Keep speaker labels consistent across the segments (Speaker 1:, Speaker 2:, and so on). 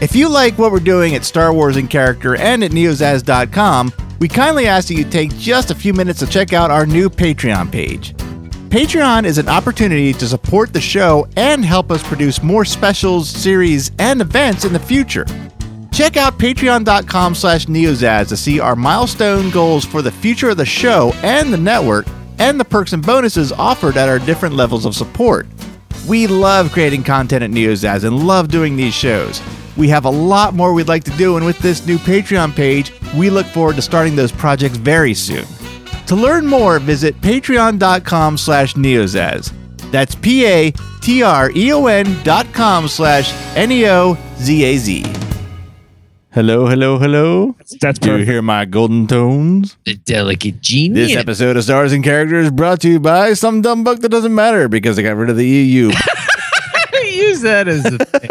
Speaker 1: If you like what we're doing at Star Wars in Character and at neozaz.com, we kindly ask that you take just a few minutes to check out our new Patreon page. Patreon is an opportunity to support the show and help us produce more specials, series, and events in the future. Check out patreon.com slash neozaz to see our milestone goals for the future of the show and the network and the perks and bonuses offered at our different levels of support. We love creating content at NeoZaz and love doing these shows. We have a lot more we'd like to do, and with this new Patreon page, we look forward to starting those projects very soon. To learn more, visit patreon.com slash neozaz. That's P-A-T-R-E-O-N E dot com slash E N-E-O-Z-A-Z. Hello, hello, hello.
Speaker 2: That's
Speaker 1: Do you
Speaker 2: perfect.
Speaker 1: hear my golden tones?
Speaker 3: The delicate genius.
Speaker 1: This episode of Stars and Characters brought to you by some dumb buck that doesn't matter because they got rid of the E EU.
Speaker 3: Use that as a thing.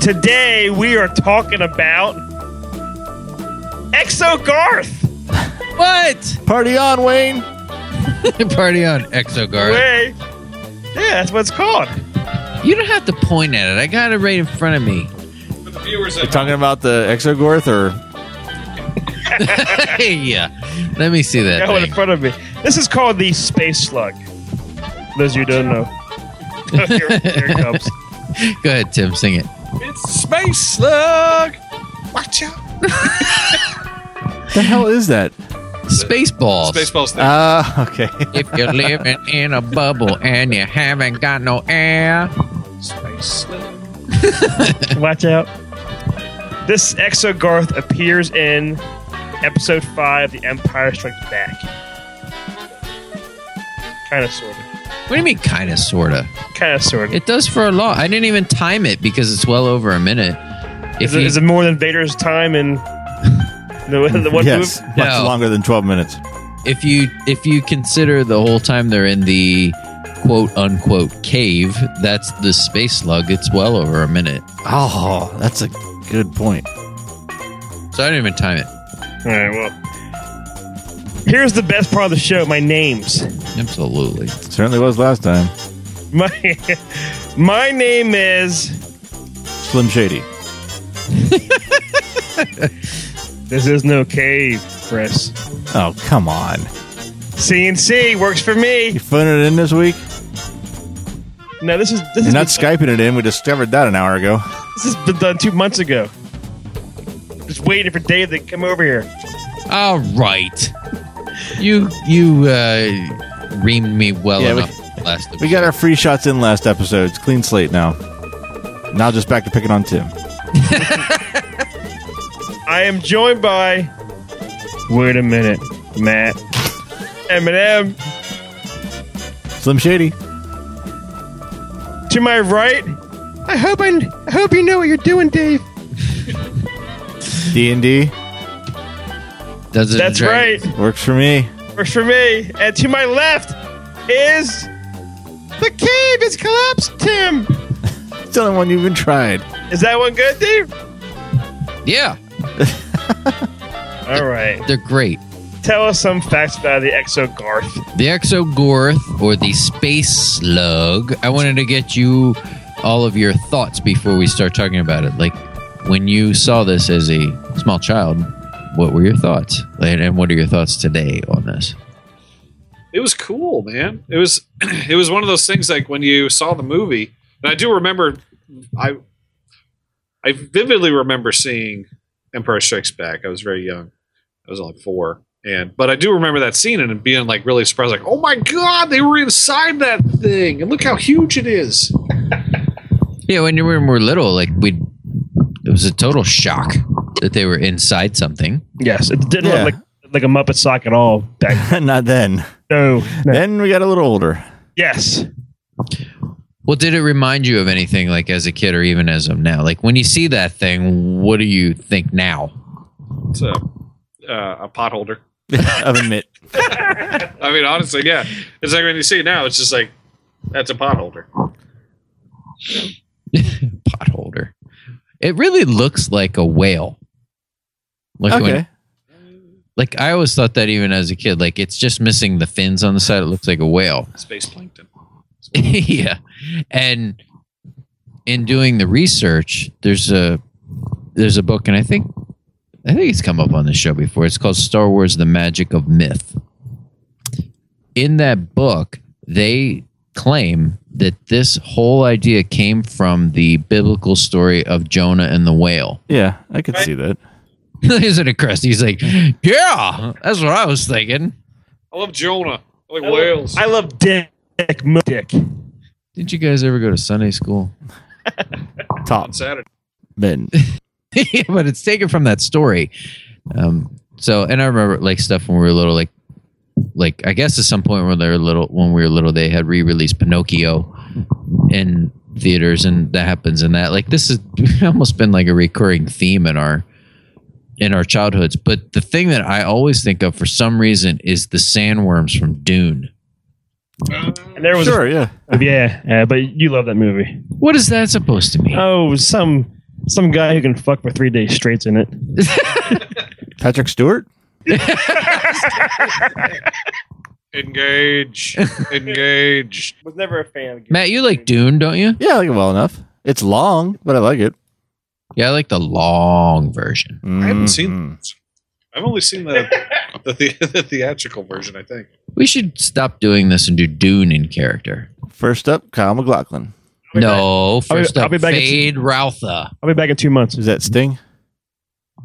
Speaker 2: Today we are talking about Exo Garth.
Speaker 3: What?
Speaker 1: Party on, Wayne.
Speaker 3: Party on, Exoguard.
Speaker 2: Way. Yeah, that's what it's called.
Speaker 3: You don't have to point at it. I got it right in front of me.
Speaker 1: We're talking about the Exogorth or
Speaker 3: yeah. Let me see that.
Speaker 2: Got one in
Speaker 3: thing.
Speaker 2: front of me. This is called the Space Slug. Those of you who don't know. here, here it comes.
Speaker 3: Go ahead, Tim. Sing it.
Speaker 4: It's Space Slug! Watch out!
Speaker 1: the hell is that?
Speaker 3: Spaceballs.
Speaker 4: Spaceballs thing.
Speaker 1: Ah, okay.
Speaker 3: if you're living in a bubble and you haven't got no air.
Speaker 4: Space Slug.
Speaker 2: Watch out. This Exo Garth appears in episode 5 The Empire Strikes Back. Kind of, sort of.
Speaker 3: What do you mean, kind of, sort of?
Speaker 2: Kind of, sort of.
Speaker 3: It does for a long. I didn't even time it because it's well over a minute. If
Speaker 2: Is it,
Speaker 3: you-
Speaker 2: is it more than Vader's time in the, the one
Speaker 1: yes,
Speaker 2: move?
Speaker 1: much
Speaker 3: No.
Speaker 1: longer than 12 minutes.
Speaker 3: if you if you consider the whole time they're in the quote unquote cave, that's the space slug. It's well over a minute.
Speaker 1: Oh, that's a good point.
Speaker 3: So I didn't even time it.
Speaker 2: All right, well. Here's the best part of the show my names.
Speaker 3: Absolutely.
Speaker 1: Certainly was last time.
Speaker 2: My, my name is.
Speaker 1: Slim Shady.
Speaker 2: This is no cave, Chris.
Speaker 1: Oh, come on.
Speaker 2: CNC works for
Speaker 1: You
Speaker 2: me.
Speaker 1: phoning it in this week?
Speaker 2: No, this is. This
Speaker 1: You're
Speaker 2: is
Speaker 1: not Skyping it in. We discovered that an hour ago.
Speaker 2: This has been done two months ago. Just waiting for Dave to come over here.
Speaker 3: All right. You you uh, reamed me well
Speaker 1: Yeah, we-
Speaker 3: enough last.
Speaker 1: We got our free shots in last episode. It's clean slate now. Now just back to picking on Tim.
Speaker 2: I am joined by. Wait a minute, Matt. Eminem.
Speaker 1: Slim Shady.
Speaker 2: To my right. I hope I, I hope you know what you're doing, Dave.
Speaker 1: D&D.
Speaker 3: Does it
Speaker 2: That's right.
Speaker 1: Works for me.
Speaker 2: Works for me. And to my left is the cave is collapsed. Tim,
Speaker 1: It's the only one you've even tried.
Speaker 2: is that one good, Dave?
Speaker 3: Yeah,
Speaker 2: All right.
Speaker 3: they're great.
Speaker 2: Tell us some facts about the Exo Garth.
Speaker 3: The Exogorth or the Space Slug. I wanted to get you all of your thoughts before we start talking about it. Like when you saw this as a small child, what were your thoughts? And, and what are your thoughts today on this?
Speaker 4: It was cool, man. It was it was one of those things like when you saw the movie, and I do remember I I vividly remember seeing Empire Strikes Back. I was very young. I was only four. And but I do remember that scene and being like really surprised, like, oh my god, they were inside that thing and look how huge it is.
Speaker 3: Yeah, when you were, when we were little, like we, it was a total shock that they were inside something.
Speaker 2: Yes, it didn't
Speaker 1: Yeah.
Speaker 2: look like like a Muppet sock at all back
Speaker 1: Not then.
Speaker 2: no, no.
Speaker 1: Then we got a little older.
Speaker 2: Yes.
Speaker 3: Well, did it remind you of anything like as a kid or even as of now? Like when you see that thing, what do you think now?
Speaker 4: It's a, uh, a pot holder.
Speaker 5: of a mitt.
Speaker 4: I mean, honestly, yeah. It's like when you see it now, it's just like that's a pot holder.
Speaker 3: Pot holder. It really looks like a whale. Like when-
Speaker 5: Okay.
Speaker 3: like I always thought that even as a kid. Like it's just missing the fins on the side. It looks like a whale.
Speaker 4: Space plankton.
Speaker 3: yeah. And in doing the research, there's a there's a book, and I think I think it's come up on the show before. It's called Star Wars: The Magic of Myth. In that book, they claim that this whole idea came from the biblical story of Jonah and the whale.
Speaker 5: Yeah, I could see that.
Speaker 3: Isn't it, Chris? He's like, yeah, that's what I was thinking.
Speaker 4: I love Jonah. I like whales.
Speaker 6: I love dick, dick, mo- dick.
Speaker 3: Did you guys ever go to Sunday school?
Speaker 5: Top
Speaker 4: on Saturday.
Speaker 5: men.
Speaker 3: yeah, but it's taken from that story. Um, so, and I remember like stuff when we were little, like, like I guess at some point when they were little, when we were little, they had re-released Pinocchio in theaters, and that happens in that. Like this has almost been like a recurring theme in our in our childhoods. But the thing that I always think of for some reason is the sandworms from Dune.
Speaker 4: Uh,
Speaker 6: And there was
Speaker 5: Sure, yeah.
Speaker 6: yeah, yeah, but you love that movie.
Speaker 3: What is that supposed to mean?
Speaker 6: Oh, some some guy who can fuck for three days straight's in it.
Speaker 5: Patrick Stewart?
Speaker 4: Engage. Engage.
Speaker 6: Was never a fan. Of
Speaker 3: Matt, you like Dune, don't you?
Speaker 5: Yeah, I like it well enough. It's long, but I like it.
Speaker 3: Yeah, I like the long version.
Speaker 4: I
Speaker 5: Mm-hmm.
Speaker 4: haven't seen those. I've only seen the the, the the theatrical version, I think.
Speaker 3: We should stop doing this and do Dune in character.
Speaker 5: First up, Kyle McLaughlin.
Speaker 6: be
Speaker 3: no,
Speaker 6: I'll be-
Speaker 3: first
Speaker 6: I'll
Speaker 3: up,
Speaker 6: be back at-
Speaker 3: Fade Routha.
Speaker 6: I'll be back in two months.
Speaker 5: Is that Sting?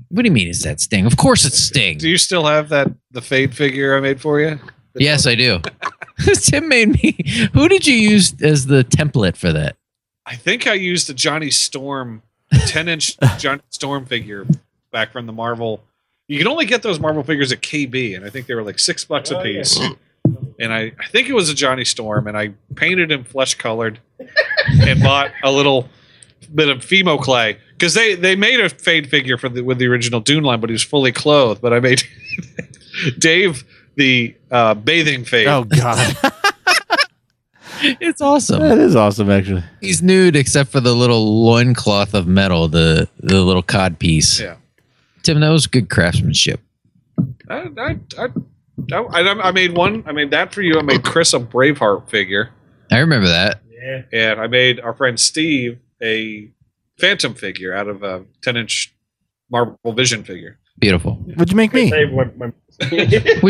Speaker 3: What do you mean? Is that Sting? Of course, it's Sting.
Speaker 4: Do you still have that the fade figure I made for you?
Speaker 3: Yes, I do. Tim made me. Who did you use as the template for that?
Speaker 4: I think I used a Johnny Storm, ten inch Johnny Storm figure back from the Marvel. You can only get those Marvel figures at KB, and I think they were like six bucks a piece. And I, I think it was a Johnny Storm, and I painted him flesh colored and bought a little bit of Femo clay because they they made a fade figure for the with the original Dune line, but he was fully clothed. But I made Dave the uh, bathing fade.
Speaker 5: Oh, God.
Speaker 3: It's awesome.
Speaker 5: that is awesome, actually.
Speaker 3: He's nude except for the little loincloth of metal, the the little cod piece.
Speaker 4: Yeah.
Speaker 3: Tim, that was good craftsmanship.
Speaker 4: I, I, I, I, I made one. I made that for you. I made Chris a Braveheart figure,
Speaker 3: I remember that.
Speaker 4: and I made our friend Steve a Phantom figure out of a ten-inch Marvel Vision figure.
Speaker 3: Beautiful.
Speaker 5: What'd you make me?
Speaker 3: Would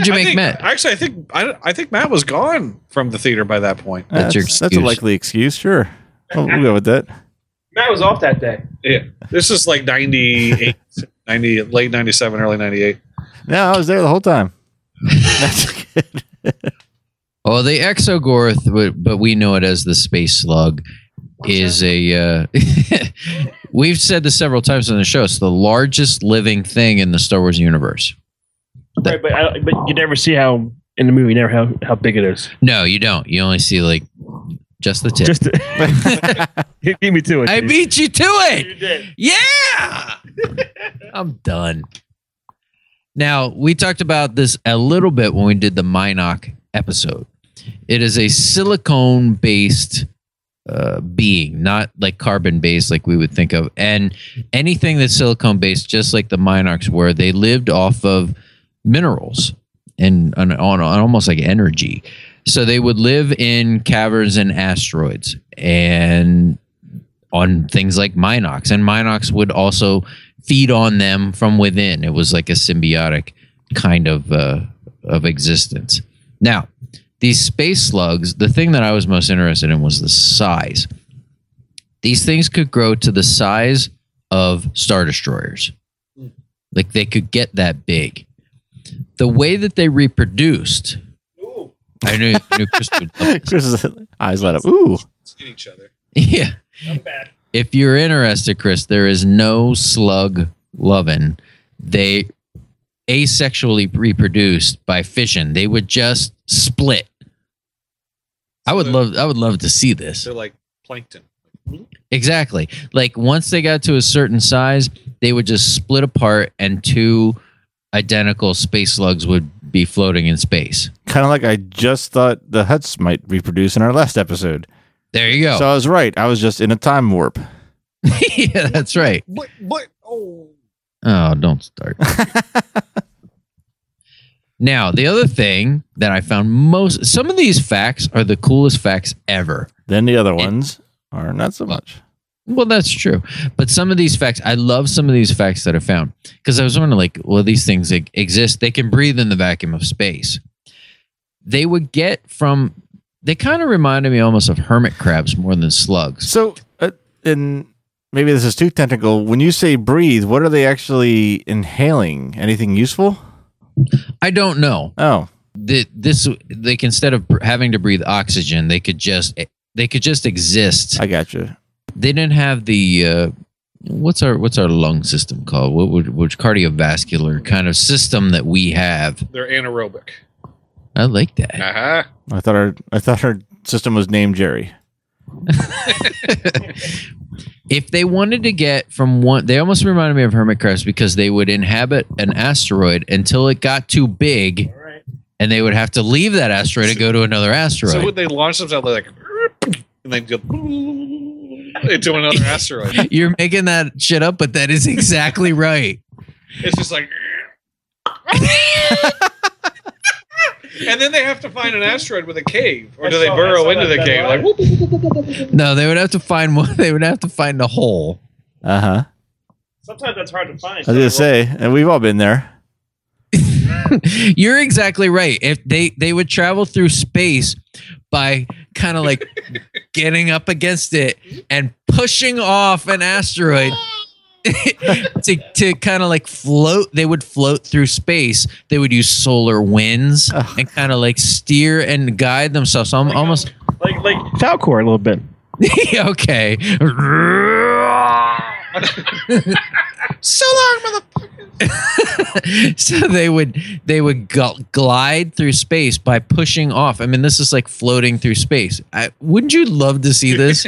Speaker 3: you
Speaker 4: I
Speaker 3: make
Speaker 4: think-
Speaker 3: Matt?
Speaker 4: Actually, I think I, I think Matt was gone from the theater by that point.
Speaker 3: That's your
Speaker 5: that's a
Speaker 3: excuse.
Speaker 5: likely excuse, sure. We'll, we'll go with that.
Speaker 6: Matt was off that day.
Speaker 4: Yeah, this is like 98, 90, late ninety-seven, early ninety-eight.
Speaker 5: No, I was there the whole time. That's good.
Speaker 3: Oh, the Exogorth, but- but we know it as the Space Slug, is a. Uh, we've said this several times on the show. It's the largest living thing in the Star Wars universe.
Speaker 6: Right, but I, but you never see how in the movie never how how big it is.
Speaker 3: No, you don't. You only see like just the tip.
Speaker 6: Just give me to it.
Speaker 3: I
Speaker 6: dude.
Speaker 3: beat you to
Speaker 6: You
Speaker 3: it.
Speaker 6: did.
Speaker 3: Yeah, I'm done. Now we talked about this a little bit when we did the Minoc episode. It is a silicone based uh, being, not like carbon based like we would think of. And anything that's silicone based, just like the Minocs were, they lived off of minerals and on, on, on almost like energy. So they would live in caverns and asteroids and on things like Minocs. And Minocs would also feed on them from within. It was like a symbiotic kind of uh, of existence. Now, these space slugs, the thing that I was most interested in was the size. These things could grow to the size of star destroyers. Like they could get that big. The way that they reproduced, I knew, knew Chris would love this.
Speaker 5: Chris's eyes light up. Ooh.
Speaker 4: In each other.
Speaker 3: Yeah. If you're interested, Chris, there is no slug lovin'. They asexually reproduced by fission. They would just split. I would love I would love to see this.
Speaker 4: They're like plankton.
Speaker 3: Exactly. Like once they got to a certain size, they would just split apart and two identical space slugs would be floating in space.
Speaker 5: Kind of like I just thought the Huts might reproduce in our last episode.
Speaker 3: There you go.
Speaker 5: So I was right. I was just in a time warp.
Speaker 3: yeah, that's right.
Speaker 4: What? What? Oh.
Speaker 3: Oh, don't start. now, the other thing that I found most some of these facts are the coolest facts ever.
Speaker 5: Then the other ones are not so much.
Speaker 3: Well, that's true. But some of these facts, I love some of these facts that I found because I was wondering, like, well, these things like, exist. They can breathe in the vacuum of space. They would get from. They kind of reminded me almost of hermit crabs more than slugs.
Speaker 5: So, uh, and maybe this is too technical. When you say breathe, what are they actually inhaling? Anything useful?
Speaker 3: I don't know
Speaker 5: Oh,
Speaker 3: that this like instead of br- having to breathe oxygen, they could just eh, they could just exist.
Speaker 5: I got you.
Speaker 3: they didn't have the uh, what's our what's our lung system called? What would which cardiovascular kind of system that we have?
Speaker 4: They're anaerobic.
Speaker 3: I like that.
Speaker 4: Uh-huh.
Speaker 5: I thought our I thought our system was named Jerry.
Speaker 3: if they wanted to get from one, they almost reminded me of hermit crabs because they would inhabit an asteroid until it got too big, and they would have to leave that asteroid and go to another asteroid.
Speaker 4: So would they launch themselves they're like, and they go into another asteroid?
Speaker 3: You're making that shit up, but that is exactly right.
Speaker 4: It's just like. And then they have to find an asteroid with a cave, or do they burrow into the cave? Like, whoop.
Speaker 3: No, they would have to find one. They would have to find a hole.
Speaker 5: Uh
Speaker 7: Uh-huh.
Speaker 5: huh.
Speaker 6: Sometimes that's hard to
Speaker 5: I
Speaker 6: find.
Speaker 5: was gonna say, and we've all been there.
Speaker 3: You're exactly right. If they they would travel through space by kind of like getting up against it and pushing off an asteroid to to kind of like float. They would float through space. They would use solar winds and kind of like steer and guide themselves. So I'm almost
Speaker 6: like like Falcor a little bit.
Speaker 3: okay.
Speaker 4: so long, motherfucker!
Speaker 3: so they would they would gl- glide through space by pushing off. I mean, this is like floating through space. I, wouldn't you love to see this?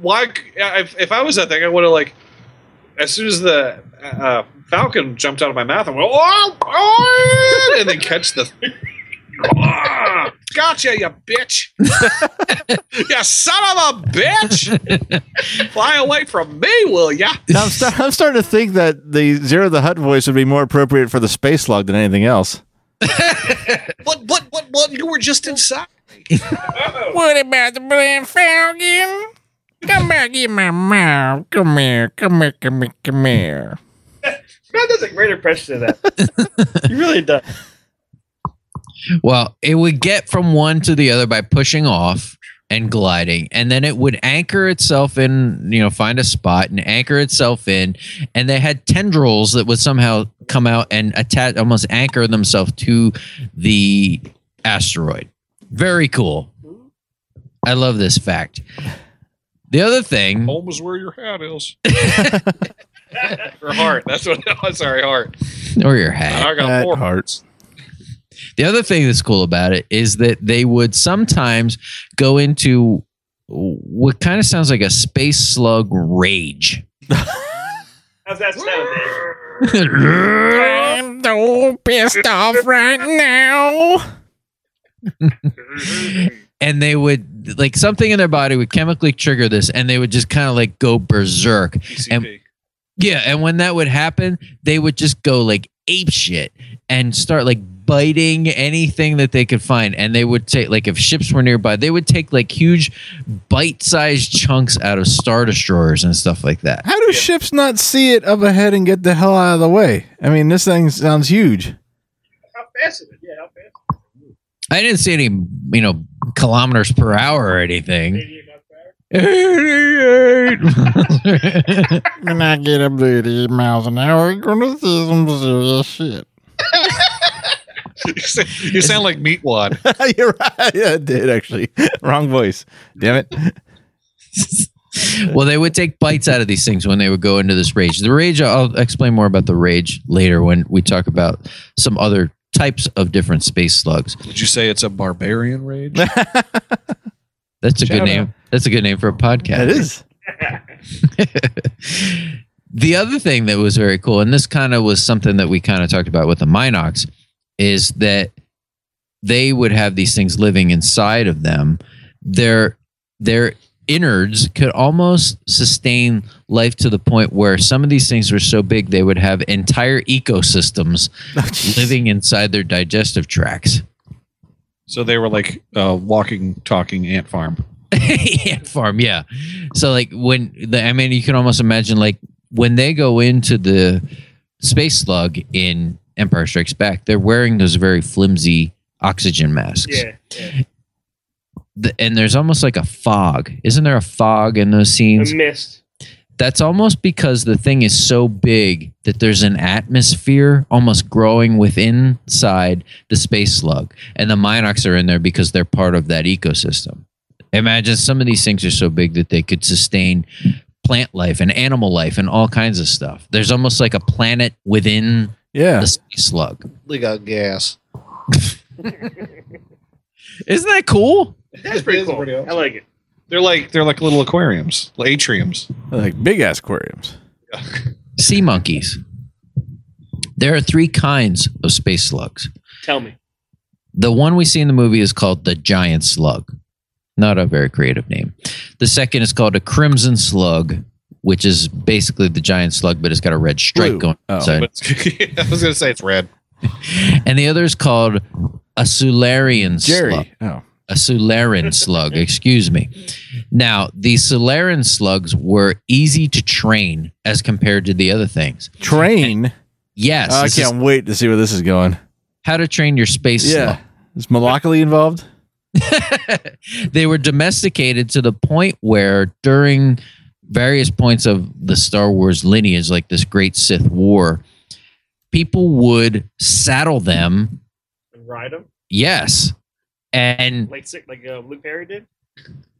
Speaker 4: Why? c- If, if I was that thing, I would have like, as soon as the uh, uh, falcon jumped out of my mouth, I went, oh, oh," and then catch the. gotcha, you bitch! you son of a bitch! Fly away from me, will ya?
Speaker 5: Now, I'm, sta- I'm starting to think that the Zero the Hut voice would be more appropriate for the space log than anything else.
Speaker 4: What? What? What? What? You were just inside.
Speaker 7: What about the blind falcon? Come back in my mouth. Come here, come here, come here, come here.
Speaker 6: That does a great impression of that. he really does.
Speaker 3: well, it would get from one to the other by pushing off and gliding, and then it would anchor itself in. You know, find a spot and anchor itself in. And they had tendrils that would somehow come out and attach, almost anchor themselves to the asteroid. Very cool. I love this fact. The other thing,
Speaker 4: Home is where your hat is. Your heart. That's what. I'm sorry, heart.
Speaker 3: or your hat.
Speaker 4: I got
Speaker 5: At
Speaker 4: four
Speaker 5: heart.
Speaker 3: The other thing that's cool about it is that they would sometimes go into what kind of sounds like a space slug rage.
Speaker 6: How's that sound?
Speaker 7: I'm so pissed off right now.
Speaker 3: And they would like something in their body would chemically trigger this and they would just kind of like go berserk.
Speaker 4: PCP.
Speaker 3: And- Yeah, and when that would happen, they would just go like ape shit and start like biting anything that they could find. And they would take like if ships were nearby, they would take like huge bite-sized chunks out of star destroyers and stuff like that.
Speaker 5: How do ships not see it up ahead and get the hell out of the way? I mean, this thing sounds huge.
Speaker 3: I didn't see any, you know, kilometers per hour or anything. 88.
Speaker 7: When I get up to 80 miles an hour, you're gonna see some serious shit.
Speaker 4: you sound- you sound like meat wad.
Speaker 5: You're right. Yeah, it did actually. Wrong voice. Damn it.
Speaker 3: well, they would take bites out of these things when they would go into this rage. The rage, I'll explain more about the rage later when we talk about some other types of different space slugs.
Speaker 4: Would you say it's a barbarian rage?
Speaker 3: That's a
Speaker 6: Shout
Speaker 3: good
Speaker 6: out.
Speaker 3: name. That's a good name for a podcast.
Speaker 5: That is.
Speaker 3: the other thing that was very cool, and this kind of was something that we kind of talked about with the Minox, is that they would have these things living inside of them. Their their innards could almost sustain life to the point where some of these things were so big they would have entire ecosystems
Speaker 6: Oh,
Speaker 3: living inside their digestive tracts.
Speaker 4: So they were like uh, walking, talking ant farm.
Speaker 3: ant farm yeah so like when the i mean you can almost imagine like when they go into the space slug in empire strikes back they're wearing those very flimsy oxygen masks
Speaker 6: Yeah. yeah.
Speaker 3: The- and there's almost like a fog isn't there a fog in those scenes
Speaker 6: A mist.
Speaker 3: that's almost because the thing is so big that there's an atmosphere almost growing within inside the space slug and the minox are in there because they're part of that ecosystem imagine some of these things are so big that they could sustain plant life and animal life and all kinds of stuff there's almost like a planet within
Speaker 5: Yeah.
Speaker 3: the space slug
Speaker 4: They got gas.
Speaker 3: isn't that cool
Speaker 4: That's pretty cool.
Speaker 6: I like it.
Speaker 4: They're like they're like little aquariums, like atriums.
Speaker 5: Like big ass aquariums.
Speaker 3: sea monkeys there are three kinds of space slugs
Speaker 6: Tell me.
Speaker 3: The one we see in the movie is called the Giant Slug. Not a very creative name. The second is called a Crimson Slug, which is basically the Giant Slug, but it's got a red stripe
Speaker 5: Blue.
Speaker 3: going
Speaker 5: Oh.
Speaker 3: inside.
Speaker 4: But I was gonna say it's red.
Speaker 3: And the other is called a Sularian Slug.
Speaker 5: Jerry. Oh.
Speaker 3: A Sularin Slug, excuse me. Now, the Sularin Slugs were easy to train as compared to the other things.
Speaker 5: Train.
Speaker 3: Yes,
Speaker 5: Oh, I
Speaker 3: this is
Speaker 5: can't wait to see where this is going.
Speaker 3: how to train your space slug.
Speaker 5: Yeah. Is Malakali involved?
Speaker 3: they were domesticated to the point where during various points of the Star Wars lineage, like this great Sith War, people would saddle them,
Speaker 6: Ride them
Speaker 3: yes, and
Speaker 6: like sick, like uh, Luke Perry did.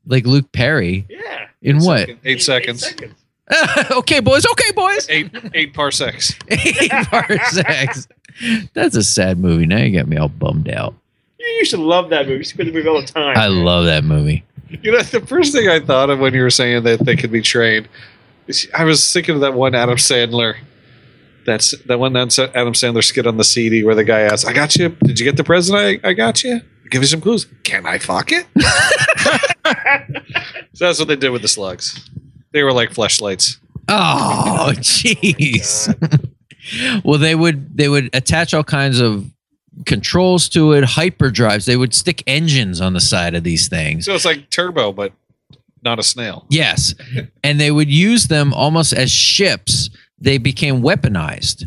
Speaker 3: like Luke Perry
Speaker 6: Yeah.
Speaker 3: in what?
Speaker 4: Eight, seconds.
Speaker 3: okay, boys. Okay, boys.
Speaker 4: Eight eight parsecs.
Speaker 3: Eight parsecs. That's a sad movie. Now you got me all bummed out.
Speaker 6: You used to love that movie. You used to go to the movie all the time.
Speaker 3: I love that movie.
Speaker 4: You know, the first thing I thought of when you were saying that they could be trained, is- I was thinking of that one Adam Sandler. That's that one Adam Sandler skit on the CD where the guy asks, "I got you. Did you get the present? I, I got you. Give me some clues. Can I fuck it?" so that's what they did with the slugs. They were like fleshlights.
Speaker 3: Oh, jeez. well, they would they would attach all kinds of controls to it, hyper drives. They would stick engines on the side of these things.
Speaker 4: So it's like turbo, but not a snail.
Speaker 3: Yes, and they would use them almost as ships. They became weaponized,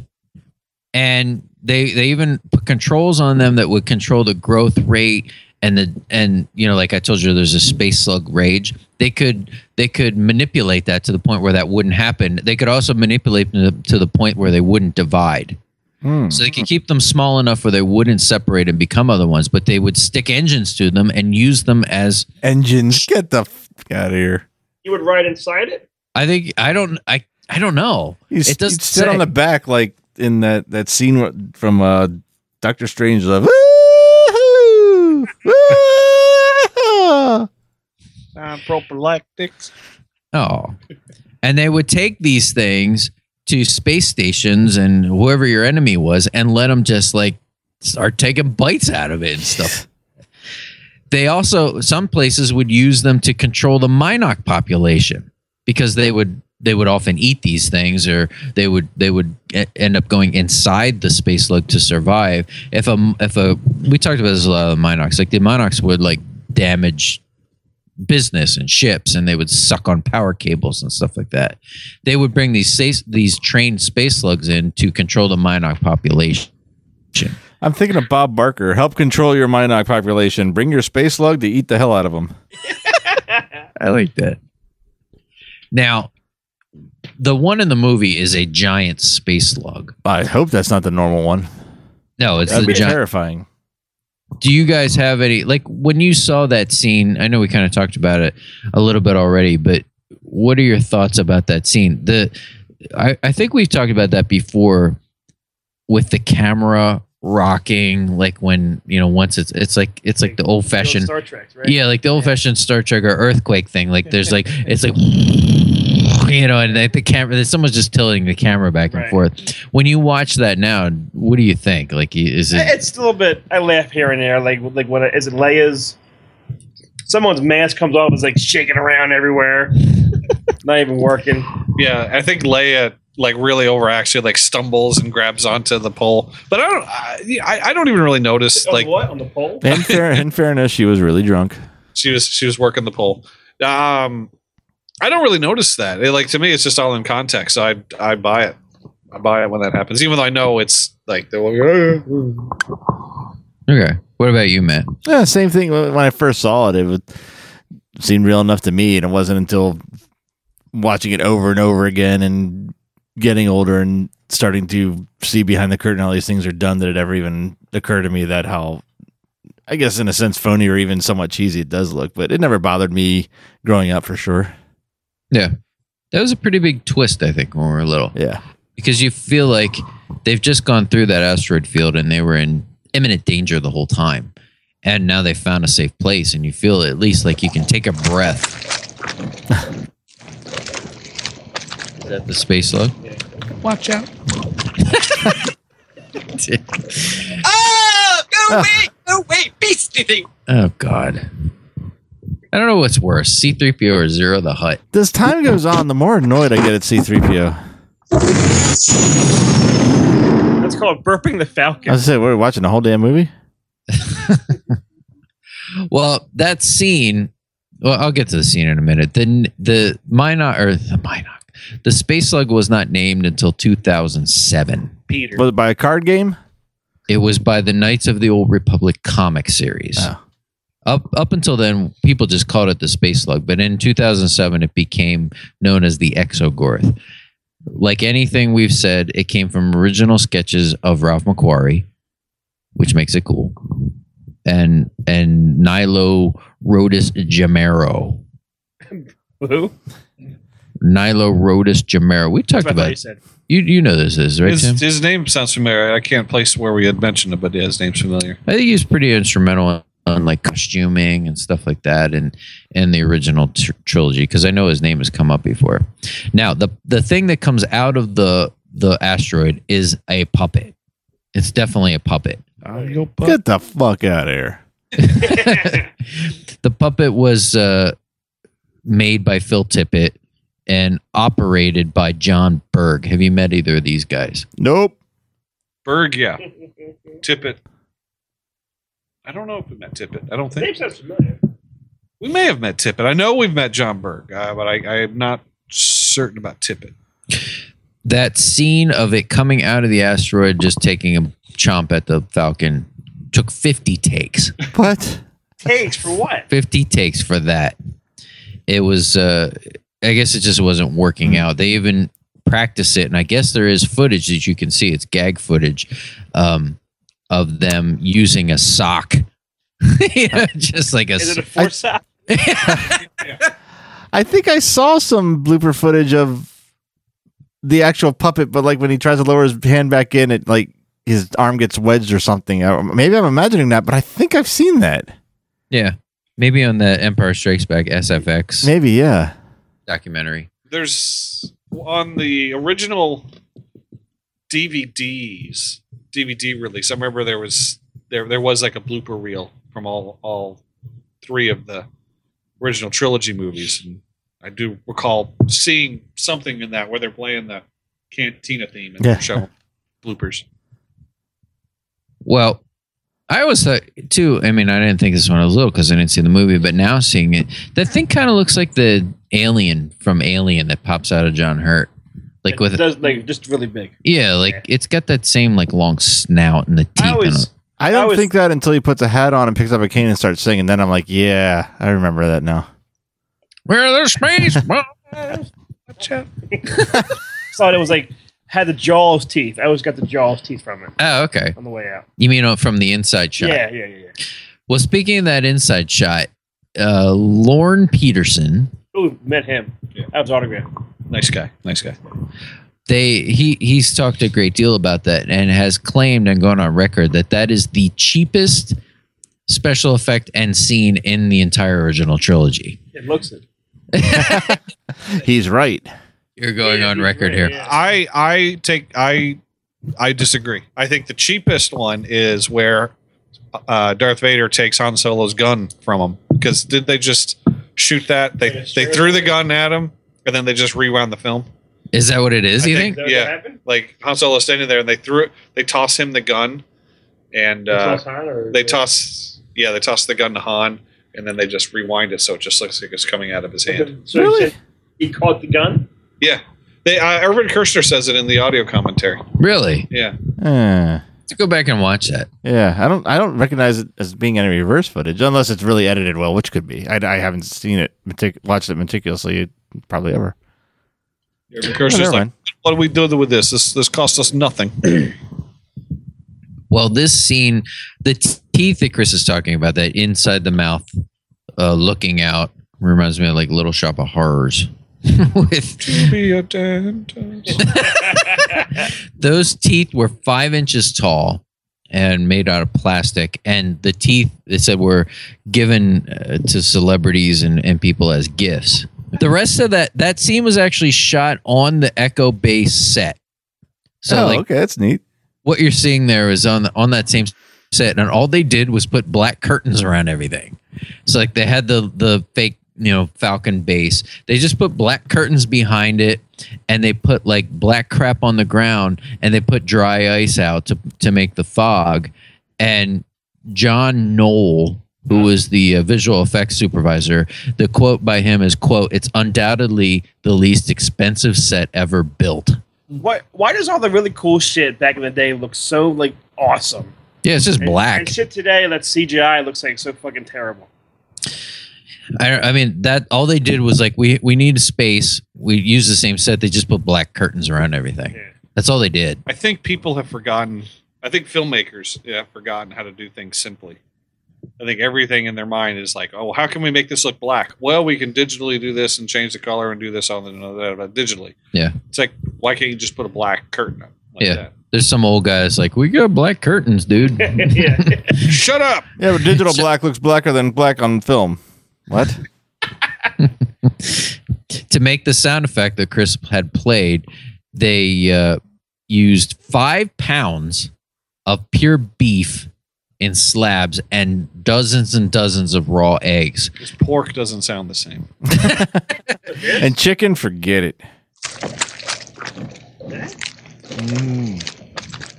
Speaker 3: and they they even put controls on them that would control the growth rate and the and you know like I told you, there's a space slug rage. They could they could manipulate that to the point where that wouldn't happen. They could also manipulate them to the point where they wouldn't divide.
Speaker 5: Hmm.
Speaker 3: So they could keep them small enough where they wouldn't separate and become other ones, but they would stick engines to them and use them as
Speaker 5: Engines. Get the f- out of here.
Speaker 6: You would ride inside it.
Speaker 3: I think I don't I I don't know.
Speaker 5: He's,
Speaker 3: it doesn't
Speaker 5: he'd sit
Speaker 3: say.
Speaker 5: on the back like in that that scene wh- from uh, Doctor Strange Love.
Speaker 4: prophylactics.
Speaker 3: Oh. And they would take these things to space stations and whoever your enemy was and let them just like start taking bites out of it and stuff. they also some places would use them to control the Minoc population because they would they would often eat these things or they would they would e- end up going inside the space slug to survive. If a if a we talked about this a lot of the Minocs like the Minocs would like damage business and ships and they would suck on power cables and stuff like that. They would bring these space, these trained space slugs in to control the Minoc population.
Speaker 5: I'm thinking of Bob Barker. Help control your Minoc population. Bring your space slug to eat the hell out of them.
Speaker 3: I like that. Now, the one in the movie is a giant space slug.
Speaker 5: I hope that's not the normal one.
Speaker 3: No, it's
Speaker 5: That'd
Speaker 3: the
Speaker 5: be
Speaker 3: giant.
Speaker 5: terrifying.
Speaker 3: Do you guys have any like when you saw that scene? I know we kind of talked about it a little bit already, but what are your thoughts about that scene? The I, I think we've talked about that before with the camera
Speaker 2: rocking like when you know once it's it's like it's like the old fashioned
Speaker 5: Star Trek, right?
Speaker 2: yeah like the old fashioned Star Trek or earthquake thing like there's like it's like you know and like the camera there's someone's just tilting the camera back and
Speaker 6: Right.
Speaker 2: forth when you watch that now what do you think like y- is it
Speaker 6: It's a little bit. I laugh here and there. Like like when is it Leia's? Someone's mask comes off. It's like shaking around everywhere. Not even working.
Speaker 4: Yeah, I think Leia like really overacts. She like stumbles and grabs onto the pole, but I don't. I, I- I don't even really notice. Like
Speaker 6: what on the pole?
Speaker 5: In, fair, in fairness, she was really drunk.
Speaker 4: she was she was working the pole. Um, I don't really notice that. It, like to me, it's just all in context. So I I buy it. I buy it when that happens, even though I know it's like they're like, "Uh, uh."
Speaker 2: okay what about you Matt
Speaker 5: Yeah, same thing when I first saw it. It was, seemed real enough to me, and it wasn't until watching it over and over again and getting older and starting to see behind the curtain how these things are done that it ever even occurred to me that how I guess in a sense phony or even somewhat cheesy it does look, but it never bothered me growing up for sure.
Speaker 2: that was a pretty big twist I think when we were little
Speaker 5: Yeah.
Speaker 2: because you feel like they've just gone through that asteroid field and they were in imminent danger the whole time and now they found a safe place and you feel at least like you can take a breath is that the space log
Speaker 8: Watch out.
Speaker 9: Oh, go
Speaker 5: Ah.
Speaker 9: away, go away, beastly thing.
Speaker 2: oh god i don't know what's worse c3po or zero the hut
Speaker 5: As time goes on, the more annoyed I get at C3PO.
Speaker 6: That's called burping the
Speaker 5: I
Speaker 6: Falcon.
Speaker 5: was gonna say, we're watching the whole damn movie?
Speaker 2: Well, that scene. Well, I'll get to the scene in a minute. The the Minoc or the Minoc, the space slug was not named until 2007.
Speaker 6: Peter.
Speaker 5: Was it by a card game?
Speaker 2: It was by the Knights of the Old Republic comic series.
Speaker 5: Oh.
Speaker 2: Up up until then, people just called it the space slug. But in 2007, it became known as the Exogorth. Like anything we've said, it came from original sketches of Ralph McQuarrie, which makes it cool, and and Nilo Rodas Jamero.
Speaker 6: Who?
Speaker 2: Nilo Rodas Jamero. We talked
Speaker 6: That's what I thought you
Speaker 2: about
Speaker 6: said.
Speaker 2: you. You know this is right,
Speaker 4: his,
Speaker 2: Tim?
Speaker 4: his name sounds familiar. I can't place where we had mentioned it, but yeah, his name's familiar.
Speaker 2: I think he was pretty instrumental on like costuming and stuff like that, and and the original tr- trilogy because I know his name has come up before. Now the the thing that comes out of the the asteroid is a puppet. It's definitely a puppet.
Speaker 5: Get the fuck out of here.
Speaker 2: the puppet was uh, made by Phil Tippett and operated by John Berg. Have you met either of these guys?
Speaker 5: Nope.
Speaker 4: Berg, yeah. Tippett. I don't know if we met Tippett. I don't
Speaker 6: Name
Speaker 4: think
Speaker 6: sounds familiar.
Speaker 4: we may have met Tippett. I know we've met John Berg, uh, but I, I am not certain about Tippett.
Speaker 2: that scene of it coming out of the asteroid just taking a chomp at the falcon took 50 takes
Speaker 5: What?
Speaker 6: Takes for what?
Speaker 2: 50 takes for that it was uh i guess it just wasn't working out they even practice it and i guess there is footage that you can see it's gag footage um of them using a sock you know, just like a,
Speaker 6: Is
Speaker 2: s-
Speaker 6: it a force out?
Speaker 5: I think I saw some blooper footage of the actual puppet, but like when he tries to lower his hand back in, it like his arm gets wedged or something. Uh, Maybe I'm imagining that, but I think I've seen that.
Speaker 2: yeah maybe on the empire strikes back sfx
Speaker 5: Maybe, yeah.
Speaker 2: documentary
Speaker 4: There's on the original DVDs DVD release. I remember there was there there was like a blooper reel from all all three of the original trilogy movies, and I do recall seeing something in that where they're playing the Cantina theme and
Speaker 5: Yeah.
Speaker 4: yeah. show bloopers.
Speaker 2: Well, I always thought too. I mean, I didn't think this when I was little because I didn't see the movie, but now seeing it, that thing kind of looks like the alien from Alien that pops out of John Hurt, like
Speaker 6: It
Speaker 2: with
Speaker 6: does like just really big.
Speaker 2: yeah, like it's got that same like long snout and the teeth.
Speaker 6: I
Speaker 2: and
Speaker 6: always
Speaker 2: all-
Speaker 5: I don't
Speaker 6: was-
Speaker 5: think that until he puts a hat on and picks up a cane and starts singing. Then I'm like, yeah, I remember that now.
Speaker 8: Where there's space. Watch out.
Speaker 6: thought it was like had the Jaws teeth. I always got the Jaws teeth from it
Speaker 2: oh, okay.
Speaker 6: on the way out.
Speaker 2: You mean uh, from the inside shot?
Speaker 6: Yeah, yeah, yeah.
Speaker 2: Well, speaking of that inside shot, uh, Lorne Peterson,
Speaker 6: yeah. Ooh, met him. I was autographed.
Speaker 4: Nice guy, nice guy.
Speaker 2: they he he's talked a great deal about that and has claimed and gone on record that that is the cheapest special effect and scene in the entire original trilogy.
Speaker 6: It looks it.
Speaker 5: He's right.
Speaker 2: You're going on record here.
Speaker 4: I I take I I disagree. I think the cheapest one is where uh, Darth Vader takes Han Solo's gun from him because did they just shoot that? They they threw the gun at him and then they just rewound the film.
Speaker 2: Is that what it is? you think?
Speaker 4: think- Yeah. Like Han Solo's standing there and they threw it. They toss him the gun and uh, they toss yeah they toss the gun to Han and then they just rewind it so it just looks like it's coming out of his hand.
Speaker 6: So really? He, said he caught the gun.
Speaker 4: Yeah. They, uh, Irvin Kirshner says it in the audio commentary.
Speaker 2: Really?
Speaker 4: Yeah.
Speaker 5: Uh,
Speaker 2: Let's go back and watch that.
Speaker 5: yeah, I don't. I don't recognize it as being any reverse footage unless it's really edited well, which could be. I, I haven't seen it, metic- watched it meticulously, probably ever.
Speaker 4: Irvin
Speaker 5: Oh,
Speaker 4: Kirshner's
Speaker 5: never
Speaker 4: like,
Speaker 5: mind.
Speaker 4: what do we do with this? This this cost us nothing.
Speaker 2: Well, this scene, the t- teeth that Chris is talking about, that inside the mouth, uh, looking out, reminds me of like Little Shop of Horrors. With
Speaker 4: Be a dentist.
Speaker 2: those teeth were five inches tall and made out of plastic, and the teeth they said were given uh, to celebrities and, and people as gifts. The rest of that that scene was actually shot on the Echo Base set. So
Speaker 5: oh,
Speaker 2: like
Speaker 5: okay, that's neat.
Speaker 2: what you're seeing there is on on that same set, and all they did was put black curtains around everything. So like they had the the fake you know Falcon base. They just put black curtains behind it, and they put like black crap on the ground, and they put dry ice out to to make the fog. And John Knoll, who was the uh, visual effects supervisor, the quote by him is quote It's undoubtedly the least expensive set ever built.
Speaker 6: Why? Why does all the really cool shit back in the day look so like awesome?
Speaker 2: Yeah, it's just
Speaker 6: And-
Speaker 2: black.
Speaker 6: And shit today that CGI looks like so fucking terrible.
Speaker 2: I, I mean that all they did was like we we need space. We use the same set. They just put black curtains around everything.
Speaker 6: Yeah.
Speaker 2: That's all they did.
Speaker 4: I think people have forgotten. I think filmmakers yeah, have forgotten how to do things simply. I think everything in their mind is like, oh, how can we make this look black? Well, we can digitally do this and change the color and do this on the digitally.
Speaker 2: Yeah.
Speaker 4: It's like, why can't you just put a black curtain up? Like
Speaker 2: Yeah.
Speaker 4: That?
Speaker 2: There's some old guys like we got black curtains, dude.
Speaker 6: yeah.
Speaker 4: Shut up.
Speaker 5: Yeah, but digital black looks blacker than black on film. What?
Speaker 2: to make the sound effect that Chris had played, they uh, used five pounds of pure beef in slabs and dozens and dozens of raw eggs.
Speaker 4: Because pork doesn't sound the same.
Speaker 5: and chicken, forget it.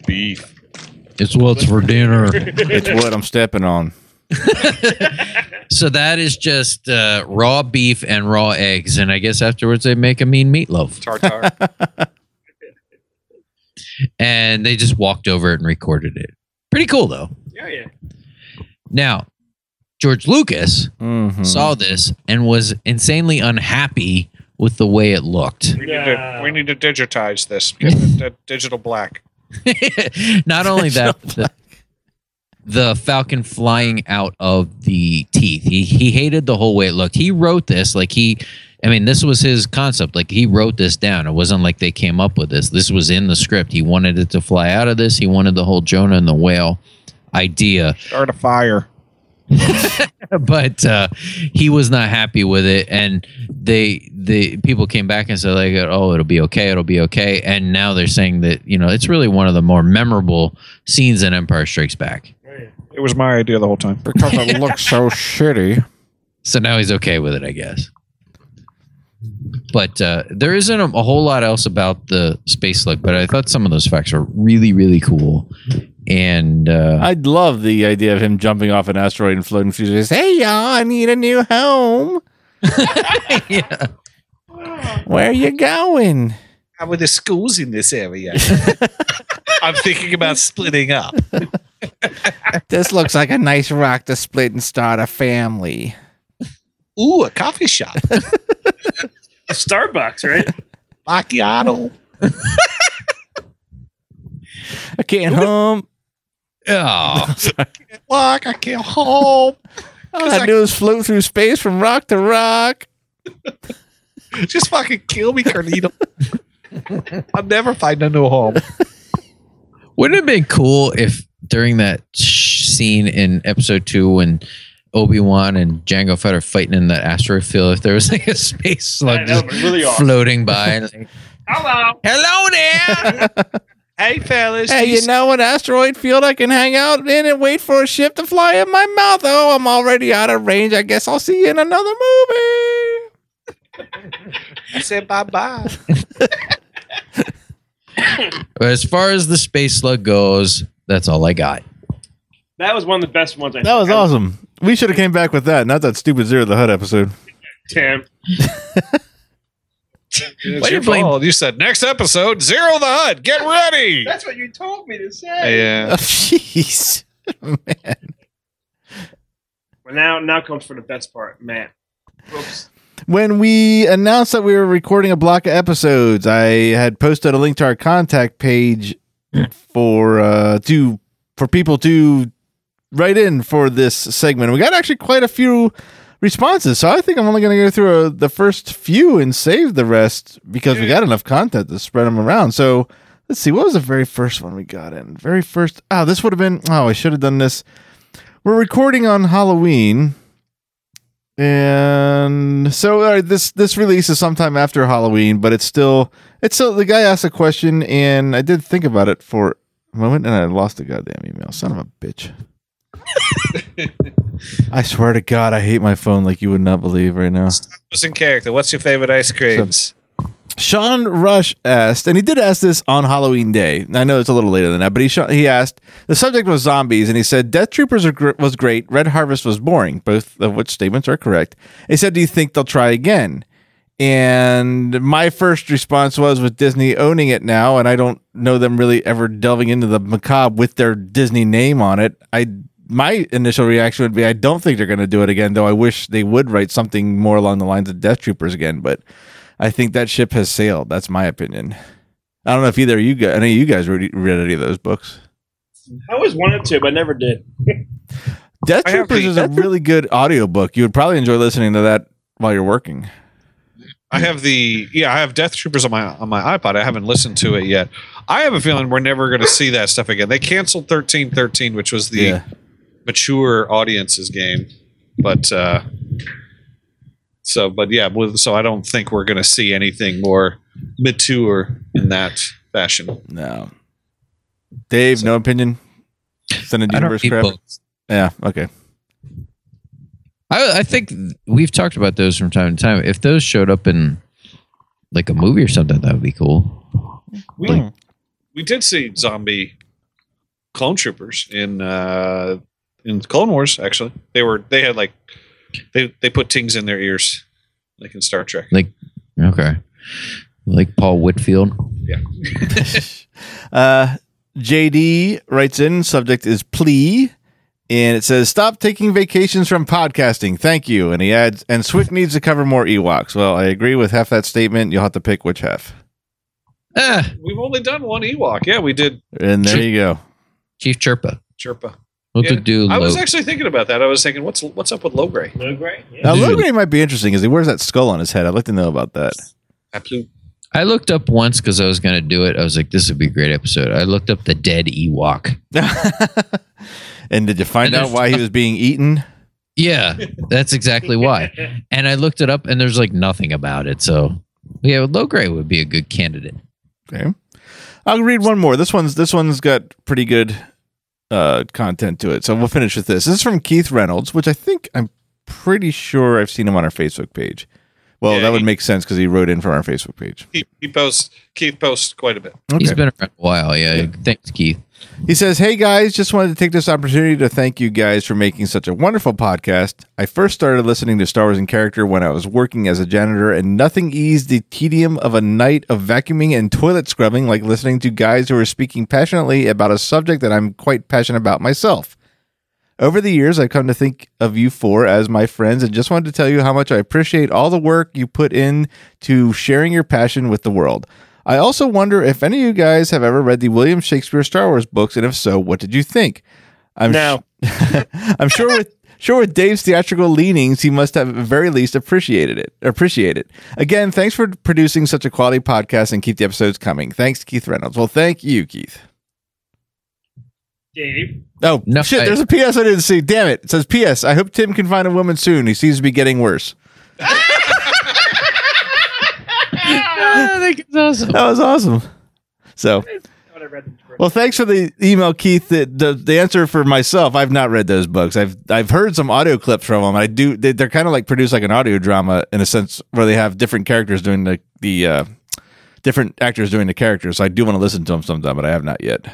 Speaker 4: Beef.
Speaker 2: It's what's for dinner.
Speaker 5: It's what I'm stepping on.
Speaker 2: So that is just uh, raw beef and raw eggs, and I guess afterwards they make a mean meatloaf.
Speaker 4: Tartar.
Speaker 2: And they just walked over it and recorded it. Pretty cool though.
Speaker 6: Yeah, yeah.
Speaker 2: Now, George Lucas
Speaker 5: Mhm.
Speaker 2: saw this and was insanely unhappy with the way it looked.
Speaker 4: we, need to, we need to digitize this. Get it, uh, digital black.
Speaker 2: Not only that, but the, the Falcon flying out of the teeth. He he hated the whole way it looked. He wrote this like he. I mean, this was his concept. Like he wrote this down. It wasn't like they came up with this. This was in the script. He wanted it to fly out of this. He wanted the whole Jonah and the whale idea.
Speaker 4: Start a fire.
Speaker 2: but uh, he was not happy with it, and they the people came back and said like, "Oh, it'll be okay, it'll be okay." And now they're saying that you know it's really one of the more memorable scenes in Empire Strikes Back.
Speaker 4: It was my idea the whole time.
Speaker 5: Because it looks so shitty.
Speaker 2: So now he's okay with it, I guess. But uh, there isn't a, a whole lot else about the space look, but I thought some of those facts are really, really cool. And uh,
Speaker 5: I'd love the idea of him jumping off an asteroid and floating through this. Hey, y'all, I need a new home.
Speaker 2: yeah.
Speaker 5: Where are you going?
Speaker 4: How are the schools in this area? I'm thinking about splitting up.
Speaker 5: This looks like a nice rock to split and start a family.
Speaker 4: Ooh, a coffee shop.
Speaker 6: A Starbucks, right?
Speaker 4: Macchiato.
Speaker 5: I can't home.
Speaker 2: Oh,
Speaker 4: Look, I can't home.
Speaker 5: All I do is float through space from rock to rock.
Speaker 4: Just fucking kill me, Carlito.
Speaker 10: I'll never find a new home.
Speaker 3: Wouldn't it have been cool if during that sh- scene in episode two when Obi Wan and Django Fett are fighting in that asteroid field, if there was like a space slug
Speaker 6: know,
Speaker 3: just
Speaker 6: but really are.
Speaker 3: floating by? and, like,
Speaker 6: Hello.
Speaker 3: Hello there.
Speaker 10: Hey, fellas.
Speaker 1: Hey, you
Speaker 10: these-
Speaker 1: know an asteroid field I can hang out in and wait for a ship to fly in my mouth. Oh, I'm already out of range. I guess I'll see you in another movie.
Speaker 10: I said bye bye.
Speaker 3: but as far as the space slug goes, that's all I got.
Speaker 6: That was one of the best ones. I
Speaker 5: That was
Speaker 6: think.
Speaker 5: awesome. We should have came back with that, not that stupid Zero the Hut episode.
Speaker 6: Tim.
Speaker 4: It's
Speaker 3: Why
Speaker 4: your
Speaker 3: you blame-
Speaker 4: fault. You said next episode, zero the HUD. Get ready.
Speaker 6: That's what you told me to say.
Speaker 4: yeah.
Speaker 5: Oh, Jeez. Man.
Speaker 6: Well, now, now comes for the best part, Matt. Whoops.
Speaker 5: When we announced that we were recording a block of episodes, I had posted a link to our contact page for uh to for people to write in for this segment. We got actually quite a few responses, so I think I'm only going to go through uh the first few and save the rest because we got enough content to spread them around. So let's see, what was the very first one we got in? Very first, oh, this would have been. Oh, I should have done this. We're recording on Halloween. And so all right, this this release is sometime after Halloween, but it's still it's still the guy asked a question, and I did think about it for a moment, and I lost the goddamn email. Son of a bitch! I swear to God, I hate my phone like you would not believe right now.
Speaker 4: What's in character? What's your favorite ice creams?
Speaker 5: Sean Rush asked, and he did ask this on Halloween Day. I know it's a little later than that, but he sh- he asked. The subject was zombies, and he said Death Troopers are gr- was great. Red Harvest was boring. Both of which statements are correct. He said, "Do you think they'll try again?" And my first response was with Disney owning it now, and I don't know them really ever delving into the macabre with their Disney name on it. I my initial reaction would be I don't think they're going to do it again, though I wish they would write something more along the lines of Death Troopers again, but I think that ship has sailed. That's my opinion. I don't know if either of you guys, any of you guys read, read any of those books.
Speaker 6: I always wanted to, but never did.
Speaker 5: Death
Speaker 4: I have
Speaker 5: Troopers
Speaker 4: the-
Speaker 5: is a really good audiobook. You would probably enjoy listening to that while you're working.
Speaker 4: I have the yeah. I have Death Troopers on my on my iPod. I haven't listened to it yet. I have a feeling we're never going to see that stuff again. They canceled thirteen thirteen, which was the
Speaker 5: Yeah.
Speaker 4: mature audiences game, but uh, so but yeah. With, so I don't think we're going to see anything more mature in that fashion.
Speaker 5: No. Dave, no opinion? Senate
Speaker 3: I don't
Speaker 5: Universe
Speaker 3: read
Speaker 5: crap?
Speaker 3: books.
Speaker 5: Yeah, okay.
Speaker 3: I, I think we've talked about those from time to time. If those showed up in like a movie or something, that would be cool.
Speaker 4: We we did see zombie clone troopers in uh, in Clone Wars. Actually, they were they had like they they put things in their ears, like in Star Trek.
Speaker 3: Okay. Like Paul Whitfield.
Speaker 5: Uh, JD writes in, subject is plea. And it says, stop taking vacations from podcasting. Thank you. And he adds, and Swift needs to cover more Ewoks. Well, I agree with half that statement. You'll have to pick which half.
Speaker 3: Ah,
Speaker 4: We've only done one Ewok. Yeah, we did
Speaker 5: And there you go.
Speaker 3: Chief Chirpa.
Speaker 4: Chirpa.
Speaker 3: What to
Speaker 4: Yeah,
Speaker 3: do?
Speaker 4: I was
Speaker 3: Lo-
Speaker 4: actually thinking about that. I was thinking, what's what's up with Logray?
Speaker 6: No, great.
Speaker 5: Now,
Speaker 3: Dude.
Speaker 5: Logan might be interesting because he wears that skull on his head. I'd like to know about that.
Speaker 3: I looked up once because I was going to do it. I was like, this would be a great episode. I looked up the dead Ewok.
Speaker 5: and did you find
Speaker 3: And
Speaker 5: out
Speaker 3: there's-
Speaker 5: why he was being eaten?
Speaker 3: Yeah, that's exactly why. And I looked it up and there's like nothing about it. So, yeah, low gray would be a good candidate.
Speaker 5: Okay. I'll read one more. This one's this one's got pretty good uh, content to it. So we'll finish with this. This is from Keith Reynolds, which I think I'm pretty sure I've seen him on our Facebook page. Well,
Speaker 4: Yeah,
Speaker 5: that would
Speaker 4: he-
Speaker 5: make sense because he wrote in from our Facebook page.
Speaker 4: He, he posts Keith posts quite a bit.
Speaker 3: He's been around a while. Yeah. Thanks, Keith.
Speaker 5: He says, Hey guys, just wanted to take this opportunity to thank you guys for making such a wonderful podcast. I first started listening to Star Wars in Character when I was working as a janitor, and nothing eased the tedium of a night of vacuuming and toilet scrubbing like listening to guys who are speaking passionately about a subject that I'm quite passionate about myself. Over the years, I've come to think of you four as my friends and just wanted to tell you how much I appreciate all the work you put in to sharing your passion with the world. I also wonder if any of you guys have ever read the William Shakespeare Star Wars books, and if so, what did you think? I'm
Speaker 6: No.
Speaker 5: sh- I'm sure with Sure, with Dave's theatrical leanings, he must have at very least appreciated it. Appreciate it. Again, thanks for producing such a quality podcast and keep the episodes coming. Thanks, Keith Reynolds. Well, thank you, Keith.
Speaker 6: Dave.
Speaker 5: Oh
Speaker 2: No,
Speaker 5: shit!
Speaker 2: I-
Speaker 5: there's a P.S. I didn't see. Damn it! It says P.S. I hope Tim can find a woman soon. He seems to be getting worse.
Speaker 2: that's awesome.
Speaker 5: That was awesome. So,
Speaker 6: What I read in the first-
Speaker 5: well, thanks for the email, Keith. The, the, the answer for myself, I've not read those books. I've I've heard some audio clips from them. I do. They, they're kind of like produced like an audio drama in a sense where they have different characters doing the the uh, different actors doing the characters. So I do want to listen to them sometime, but I have not yet.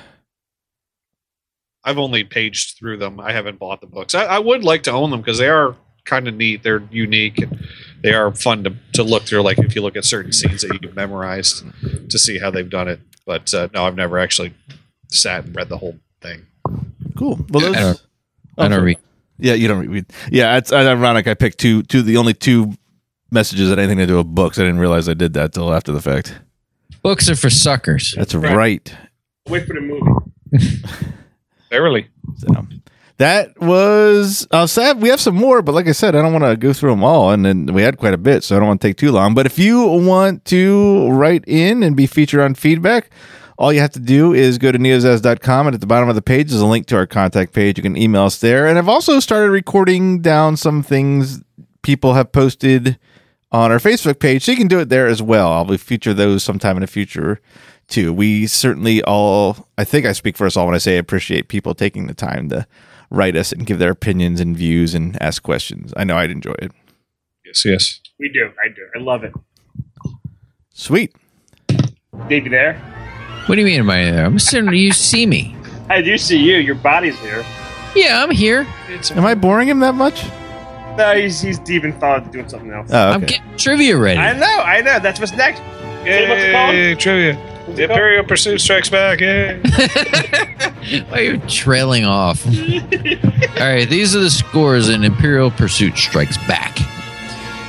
Speaker 4: I've only paged through them. I haven't bought the books. I, I would like to own them because they are kind of neat. They're unique and they are fun to, to look through. Like if you look at certain scenes that you've memorized to see how they've done it. But uh, no, I've never actually sat and read the whole thing.
Speaker 5: Cool. Well,
Speaker 2: I
Speaker 5: those,
Speaker 2: don't, I don't read.
Speaker 5: yeah, you don't read. Yeah, it's, it's ironic. I picked two two the only two messages that had anything to do with books. I didn't realize I did that till after the fact.
Speaker 2: Books are for suckers.
Speaker 5: That's right.
Speaker 6: Wait for the movie.
Speaker 4: Barely.
Speaker 5: So that was uh, sad. We have some more, but like I said, I don't want to go through them all, and then we had quite a bit, so I don't want to take too long. But if you want to write in and be featured on feedback, all you have to do is go to neozaz.com, and at the bottom of the page is a link to our contact page. You can email us there. And I've also started recording down some things people have posted on our Facebook page, so you can do it there as well. I'll feature those sometime in the future too. We certainly all, I think I speak for us all when I say I appreciate people taking the time to write us and give their opinions and views and ask questions. I know I'd enjoy it.
Speaker 4: Yes, yes.
Speaker 6: We do. I do. I love it.
Speaker 5: Sweet.
Speaker 6: Dave, you there?
Speaker 2: What do you mean am I there? I'm sitting. You see me?
Speaker 6: I do see you. Your body's here.
Speaker 2: Yeah, I'm here.
Speaker 5: Am I boring him that much?
Speaker 6: No, he's, he's deep in thought doing something else.
Speaker 5: Oh,
Speaker 2: I'm
Speaker 5: okay.
Speaker 2: getting trivia
Speaker 6: I
Speaker 2: ready.
Speaker 6: know. I know. That's what's next. Say what's it called?
Speaker 4: trivia.
Speaker 6: What's
Speaker 4: The
Speaker 6: it called?
Speaker 4: Imperial Pursuit Strikes Back. Yay.
Speaker 2: Why are you trailing off? All right, these are the scores in Imperial Pursuit Strikes Back.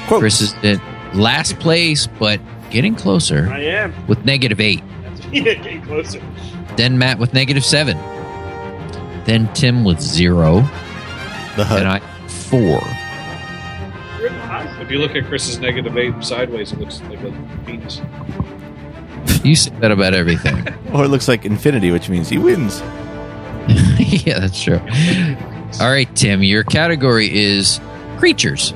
Speaker 5: Quote.
Speaker 2: Chris is in last place, but getting closer
Speaker 6: I am.
Speaker 2: with negative eight.
Speaker 6: That's yeah, getting closer.
Speaker 2: Then Matt with negative seven. Then Tim with zero.
Speaker 5: The
Speaker 2: And
Speaker 5: HUD.
Speaker 2: I four.
Speaker 6: You're in the hospital.
Speaker 4: if you look at Chris's negative eight sideways, it looks like a penis.
Speaker 2: You say that about everything.
Speaker 5: Or it looks like infinity, which means he wins.
Speaker 2: yeah, that's true. All right, Tim, your category is creatures.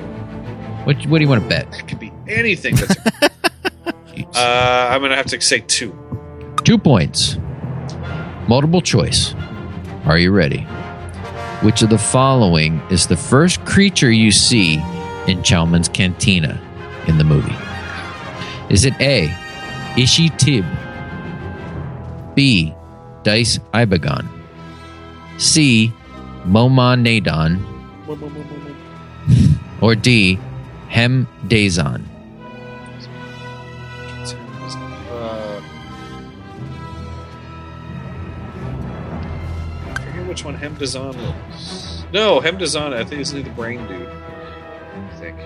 Speaker 2: What, what do you want to bet?
Speaker 4: That could be anything. That's. uh, I'm gonna have to say two.
Speaker 2: Two points. Multiple choice. Are you ready? Which of the following is the first creature you see in Chalman's Cantina in the movie? Is it A. Ishi Tib? B. Dice Ibagon? C. Moma Nadon? Or D. Hem Dazon?
Speaker 4: Uh, I forget which one Hem Dazan was. No, Hem Dazan. I think isn't he the brain dude? I think.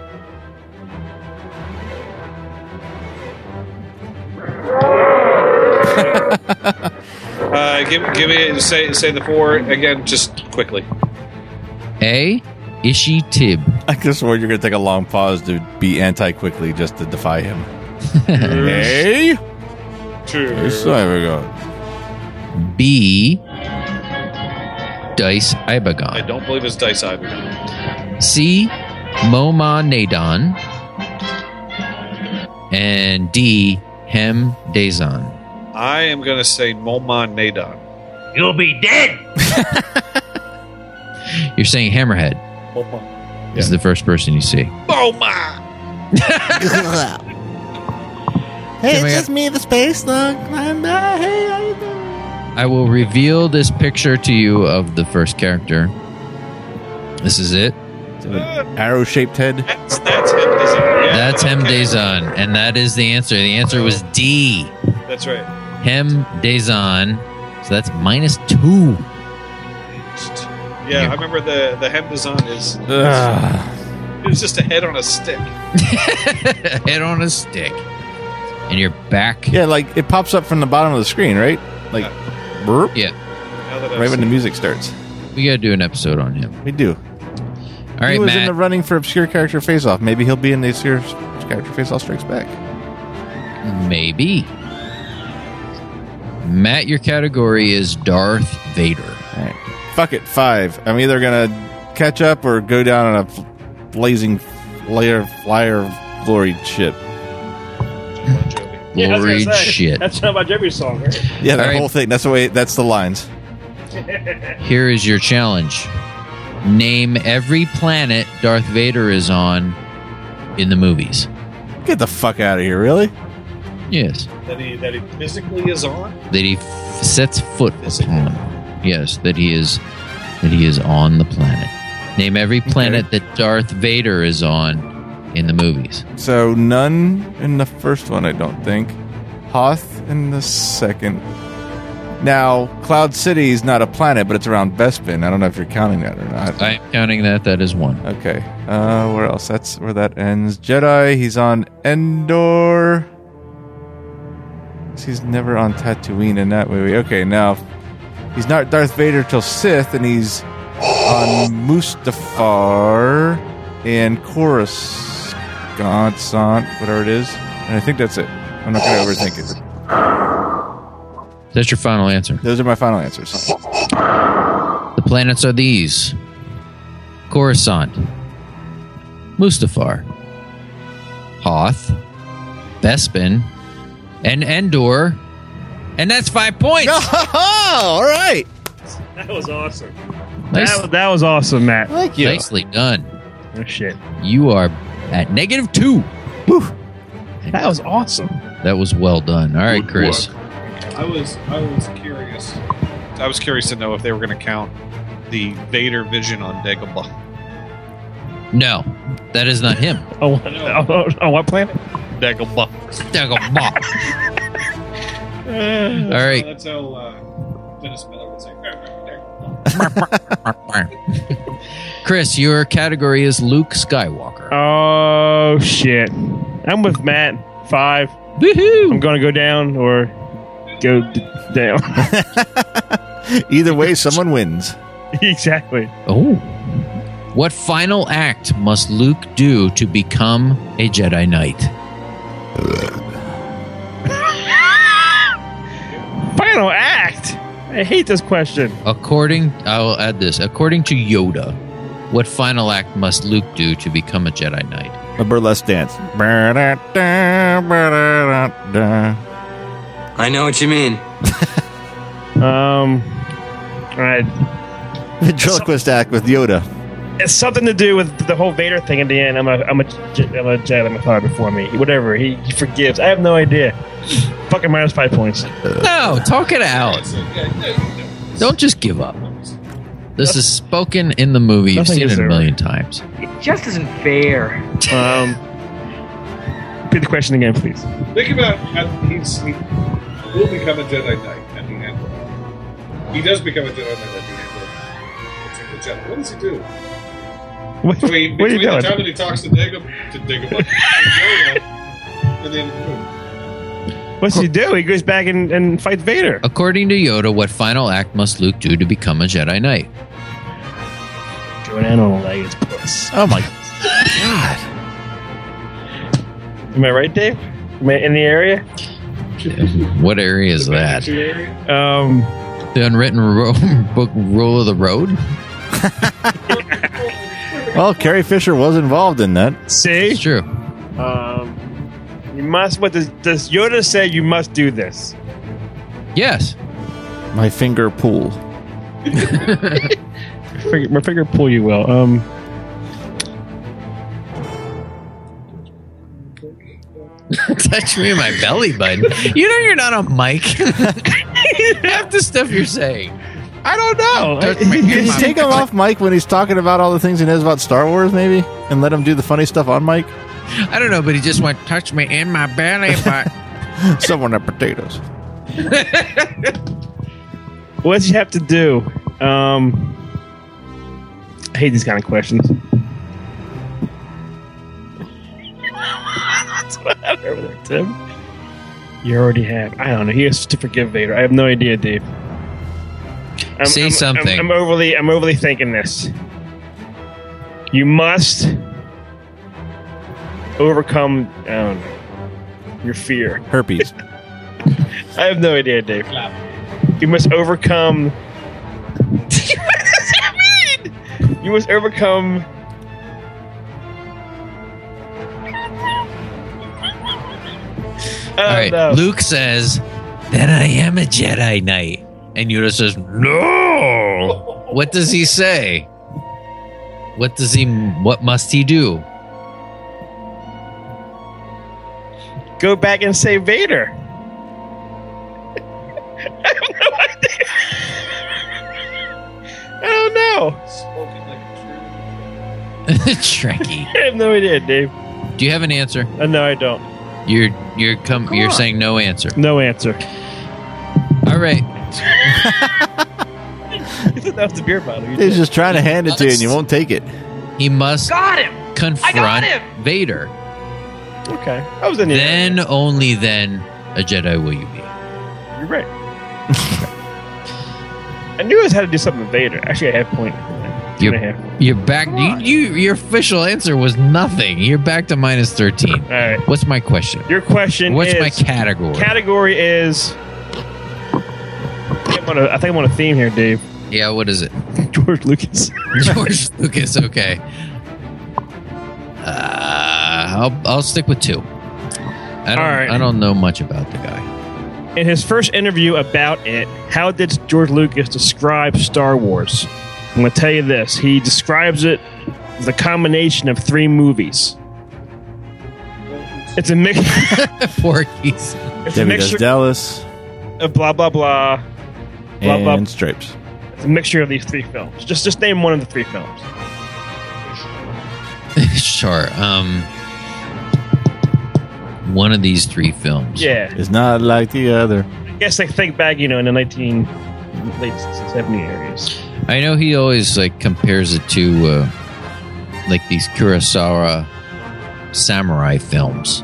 Speaker 4: uh, give, give me say say the four again, just quickly.
Speaker 2: A. Ishi Tib.
Speaker 5: I just warned you're going to take a long pause to be anti quickly just to defy him. hey? This time we go.
Speaker 2: B. Dice
Speaker 4: I
Speaker 2: Ibagon.
Speaker 4: don't believe it's dice either.
Speaker 2: C. Moma Nadon. And D. Hem Dazon.
Speaker 4: I am gonna say Momon Nadon.
Speaker 6: You'll be dead.
Speaker 2: You're saying Hammerhead
Speaker 4: Momon.
Speaker 2: is the first person you see.
Speaker 4: Momon.
Speaker 11: hey,
Speaker 2: it's Can we- just
Speaker 11: me, the space dog. hey, how you doing?
Speaker 2: I will reveal this picture to you of the first character. This is it.
Speaker 5: Arrow shaped head.
Speaker 4: That's that's Hem Dazan. Yeah,
Speaker 2: That's Hem
Speaker 4: okay.
Speaker 2: Dazon. And that is the answer. The answer was D.
Speaker 4: That's right.
Speaker 2: Hem Dazon. So that's minus two.
Speaker 4: Yeah, I remember the the Hem Dazan is
Speaker 5: Ugh.
Speaker 4: it was just a head on a stick.
Speaker 2: Head on a stick. And you're back.
Speaker 5: Yeah, like it pops up from the bottom of the screen, right? Like, burp,
Speaker 2: Yeah.
Speaker 4: Now that I've
Speaker 5: right when
Speaker 4: seen
Speaker 5: the music starts.
Speaker 2: We gotta do an episode on him.
Speaker 5: We do.
Speaker 2: All
Speaker 5: he
Speaker 2: right,
Speaker 5: was
Speaker 2: Matt.
Speaker 5: in the running for obscure character face off. Maybe he'll be in the obscure character face off strikes back.
Speaker 2: Maybe. Matt, your category is Darth Vader.
Speaker 5: All right. Fuck it. Five. I'm either going to catch up or go down on a blazing layer flyer of glory ship.
Speaker 6: Yeah, I was gonna
Speaker 2: Glory
Speaker 6: say,
Speaker 2: shit.
Speaker 6: That's not my Jeffrey song, right?
Speaker 5: Yeah, that
Speaker 2: All right.
Speaker 5: whole thing. That's the way. That's the lines.
Speaker 2: Here is your challenge. Name every planet Darth Vader is on in the movies.
Speaker 5: Get the fuck out of here, really?
Speaker 2: Yes.
Speaker 4: That he that he physically is on.
Speaker 2: That he f- sets foot upon. Yes, that he is that he is on the planet. Name every planet that Darth Vader is on in the movies.
Speaker 5: So none in the first one, I don't think. Hoth in the second. Now, Cloud City is not a planet, but it's around Bespin. I don't know if you're counting that or not.
Speaker 2: I am counting that. That is one.
Speaker 5: Okay. Uh, where else? That's where that ends. Jedi. He's on Endor. He's never on Tatooine in that movie. Okay, now he's not Darth Vader till Sith, and he's on Mustafar and Coruscant, Sant, whatever it is. And I think that's it. I'm not going to overthink it.
Speaker 2: That's your final answer.
Speaker 5: Those are my final answers.
Speaker 2: The planets are these Coruscant, Mustafar, Hoth, Bespin, and Endor. And that's five points.
Speaker 5: All right.
Speaker 6: That was awesome.
Speaker 2: Nice-
Speaker 6: That, that was awesome, Matt.
Speaker 5: Thank you.
Speaker 2: Nicely done.
Speaker 6: Oh, shit.
Speaker 2: You are at negative two.
Speaker 6: That was awesome.
Speaker 2: That was well done. All right,
Speaker 4: Good
Speaker 2: Chris.
Speaker 4: I was I was curious. I was curious to know if they were going to count the Vader vision on Dagobah.
Speaker 2: No, that is not him.
Speaker 6: Oh, what- oh, oh, oh, what planet?
Speaker 4: Dagobah.
Speaker 2: Dagobah. All
Speaker 6: Uh,
Speaker 2: right.
Speaker 4: That's how uh, Dennis Miller would say.
Speaker 2: Chris, your category is Luke Skywalker.
Speaker 6: Uh, oh, shit. I'm with Matt. Five. I'm
Speaker 2: Woohoo!
Speaker 6: going to go down or go d- down.
Speaker 5: Either way, someone wins.
Speaker 6: exactly.
Speaker 2: Oh. What final act must Luke do to become a Jedi Knight?
Speaker 6: Final act. I hate this question.
Speaker 2: According, I will add this. According to Yoda, what final act must Luke do to become a Jedi Knight?
Speaker 5: A burlesque dance. All
Speaker 12: I know what you mean.
Speaker 6: Um, all right.
Speaker 5: Ventriloquist act with Yoda.
Speaker 6: It's something to do with the whole Vader thing at the end. I'm a, I'm a, Je- I'm a Jedi. My father before me. Whatever. He, he forgives. I have no idea. Fucking minus five points.
Speaker 2: No, talk it out. Don't just give up. This is spoken in the movie. You've
Speaker 6: Nothing
Speaker 2: seen
Speaker 6: is
Speaker 2: it a
Speaker 6: there.
Speaker 2: million times.
Speaker 3: It just isn't fair.
Speaker 6: Um, repeat the question again, please.
Speaker 4: Think about how he's he will become a Jedi Knight at the end. He does become a Jedi Knight at the end. Of the Jedi. What does he do?
Speaker 6: What,
Speaker 4: Between,
Speaker 6: what are
Speaker 4: between the
Speaker 6: you doing?
Speaker 4: time that he talks to Dagobah, to Dagobah, to Yoda, and then
Speaker 6: What's he do? He goes back and, and fights Vader.
Speaker 2: According to Yoda, what final act must Luke do to become a Jedi Knight?
Speaker 6: Going in on Leia's puss.
Speaker 5: Oh my
Speaker 6: Am I right, Dave? Am I in the area?
Speaker 2: What area is that?
Speaker 6: Um,
Speaker 2: The unwritten ro- book rule of the road?
Speaker 5: Well, Carrie Fisher was involved in that.
Speaker 6: see,
Speaker 2: It's true.
Speaker 6: um, you must. What does, does Yoda say? You must do this.
Speaker 2: Yes.
Speaker 5: My finger pool.
Speaker 6: Figure, my finger pull you will. Um.
Speaker 2: Touch me in my belly button. You know you're not on mic. Half the stuff you're saying.
Speaker 6: I don't know.
Speaker 5: Can you take him off mic when he's talking about all the things he knows about Star Wars, maybe? And let him do the funny stuff on mic?
Speaker 2: I don't know, but he just went, touch me in my belly button.
Speaker 5: Someone had potatoes.
Speaker 6: what does you have to do? Um, I hate these kind of questions. That's what I have over there, Tim. You already have. I don't know. He has to forgive Vader. I have no idea, Dave. I'm,
Speaker 2: Say
Speaker 6: I'm- I'm-
Speaker 2: something.
Speaker 6: I'm, overly. I'm overly thinking this. You must overcome I don't know, your fear.
Speaker 5: Herpes.
Speaker 6: I have no idea, Dave. You must overcome. what does that mean? You must overcome. Oh,
Speaker 2: All right. Luke says, "Then I am a Jedi Knight," and Yoda says, "No." What does he say? What does he? What must he do?
Speaker 6: Go back and say Vader. I have Oh, no idea.
Speaker 2: Trekkie.
Speaker 6: I don't know. I have no idea, Dave.
Speaker 2: Do you have an answer?
Speaker 6: Uh, no, I don't.
Speaker 2: You're you're com- you're saying no answer.
Speaker 6: No answer.
Speaker 2: All right.
Speaker 6: that was the beer bottle. You
Speaker 5: He's
Speaker 6: did.
Speaker 5: just trying to hand it to you, and you won't take it.
Speaker 2: He must
Speaker 13: Got him.
Speaker 2: confront
Speaker 13: him!
Speaker 2: Vader.
Speaker 6: okay. I was in the.
Speaker 2: Then only then a Jedi will you be.
Speaker 6: You're right. I knew I was how to do something with Vader. Actually, I had a point. Two and a half.
Speaker 2: You're back. You, you your official answer was nothing. You're back to minus thirteen. All
Speaker 6: right.
Speaker 2: What's my question?
Speaker 6: Your question
Speaker 2: What's
Speaker 6: is
Speaker 2: my category?
Speaker 6: category is. I think I'm on a- I think I'm on a theme here, Dave.
Speaker 2: yeah. What is it?
Speaker 6: George Lucas.
Speaker 2: George Lucas. Okay. Uh, I'll I'll stick with two. I don't,
Speaker 6: All right.
Speaker 2: I don't know much about the guy.
Speaker 6: In his first interview about it, how did George Lucas describe Star Wars? I'm going to tell you this. He describes it as a combination of three movies. It's a mix.
Speaker 2: Porkies.
Speaker 6: It's a
Speaker 5: Debbie does
Speaker 6: mixture
Speaker 5: Dallas
Speaker 6: of Uh, blah blah blah. Blah,
Speaker 5: and
Speaker 6: blah.
Speaker 5: Stripes.
Speaker 6: It's a mixture of these three films. Just just name one of the three films.
Speaker 2: sure. Um. One of these three films.
Speaker 6: Yeah.
Speaker 5: It's not like the other.
Speaker 6: I guess I think back, you know, in the 19 late 70 areas.
Speaker 2: I know he always like compares it to uh, like these Kurosawa samurai films.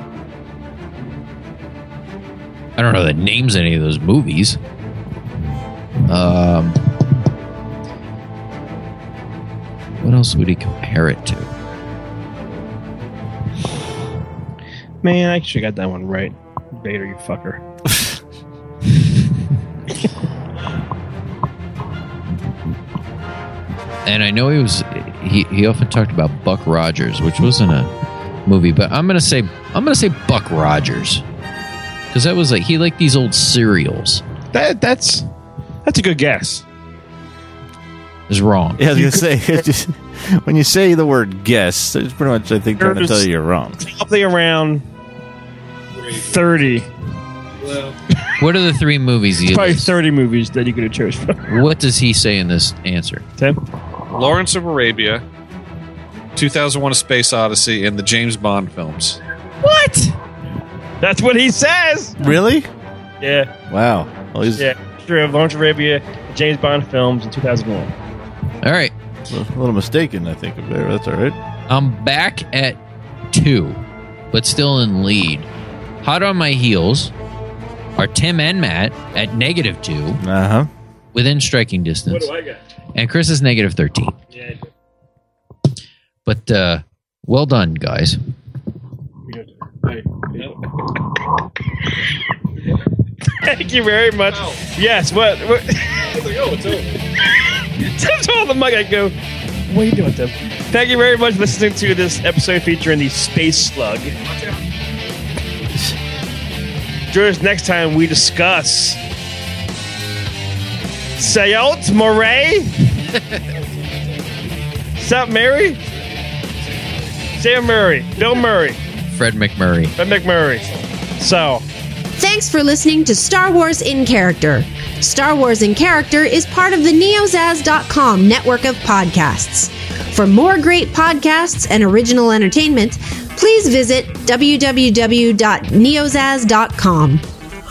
Speaker 2: I don't know the names of any of those movies. Um, what else would he compare it to?
Speaker 6: Man, I should have got that one right. Vader, you fucker.
Speaker 2: And I know he was he, he often talked about Buck Rogers, which wasn't a movie, but I'm gonna say I'm gonna say Buck Rogers because that was like he liked these old serials.
Speaker 6: That that's that's a good guess.
Speaker 2: Is wrong.
Speaker 5: Yeah, I was gonna say it's just, when you say the word guess, it's pretty much I think trying to tell you you're wrong.
Speaker 6: Probably around 30.
Speaker 2: What are the three movies he
Speaker 6: Probably 30 movies that you could have chose from.
Speaker 2: What does he say in this answer?
Speaker 6: Tim?
Speaker 4: Lawrence of Arabia, 2001: A Space Odyssey, and the James Bond films.
Speaker 6: What? That's what he says.
Speaker 5: Really?
Speaker 6: Yeah.
Speaker 5: Wow. Well, he's
Speaker 6: Yeah. Sure. Lawrence of Arabia, James Bond films in 2001.
Speaker 2: All right,
Speaker 5: a little mistaken, I think. There, that's all right.
Speaker 2: I'm back at two, but still in lead. Hot on my heels are Tim and Matt at negative two,
Speaker 5: Uh huh.
Speaker 2: within striking distance,
Speaker 6: I got?
Speaker 2: and Chris is negative thirteen.
Speaker 6: Yeah.
Speaker 2: But uh, well done, guys.
Speaker 6: Thank you very much. Yes. What? what? Tim's holding the mic. I go. What are you doing, Tim? Thank you very much for listening to this episode featuring the Space Slug. Join us next time we discuss Sayot Moray. Sup, Mary? Sam Murray. Bill Murray.
Speaker 2: Fred McMurray.
Speaker 6: Ben McMurray. So.
Speaker 14: Thanks for listening to Star Wars in Character. Star Wars in Character is part of the neozaz.com network of podcasts. For more great podcasts and original entertainment, please visit www.neozaz.com.